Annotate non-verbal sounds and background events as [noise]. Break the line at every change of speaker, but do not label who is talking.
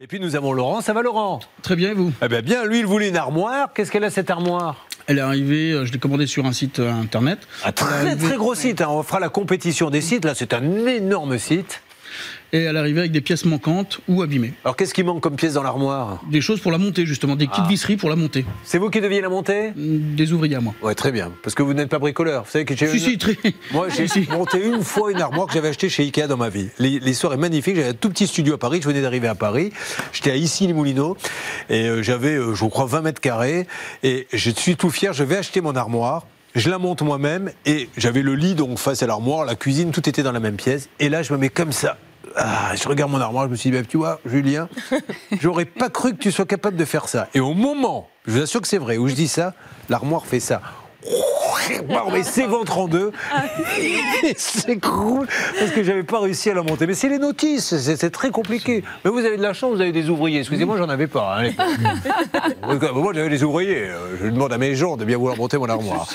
Et puis nous avons Laurent, ça va Laurent
Très bien, et vous
Eh bien bien, lui il voulait une armoire, qu'est-ce qu'elle a cette armoire
Elle est arrivée, euh, je l'ai commandée sur un site euh, internet.
Un Ah, très très gros site, hein. on fera la compétition des sites, là c'est un énorme site.
Et elle est arrivée avec des pièces manquantes ou abîmées.
Alors qu'est-ce qui manque comme pièce dans l'armoire
Des choses pour la monter, justement, des petites
Ah.
visseries pour la monter.
C'est vous qui deviez la monter
Mm, Des ouvriers à moi.
Ouais très bien, parce que vous n'êtes pas bricoleur, vous savez que j'ai...
Si, si, très.
Euh,
[laughs]
Moi, j'ai
Si, si.
monté une fois une armoire que j'avais achetée chez Ikea dans ma vie. L'hi- L'histoire est magnifique. J'avais un tout petit studio à Paris. Je venais d'arriver à Paris. J'étais à Issy-les-Moulineaux. Et euh, j'avais, euh, je crois, 20 mètres carrés. Et je suis tout fier. Je vais acheter mon armoire. Je la monte moi-même. Et j'avais le lit donc face à l'armoire, la cuisine, tout était dans la même pièce. Et là, je me mets comme ça. Ah, je regarde mon armoire, je me suis dit, bah, tu vois, Julien, j'aurais pas cru que tu sois capable de faire ça. Et au moment, je vous assure que c'est vrai, où je dis ça, l'armoire fait ça. [laughs] Waouh, mais s'éventre en deux. Et [laughs] s'écroule parce que j'avais pas réussi à la monter. Mais c'est les notices, c'est c'est très compliqué. Mais vous avez de la chance, vous avez des ouvriers. Excusez-moi, j'en avais pas. hein, à Euh, l'époque. Moi, j'avais des ouvriers. Je demande à mes gens de bien vouloir monter mon armoire.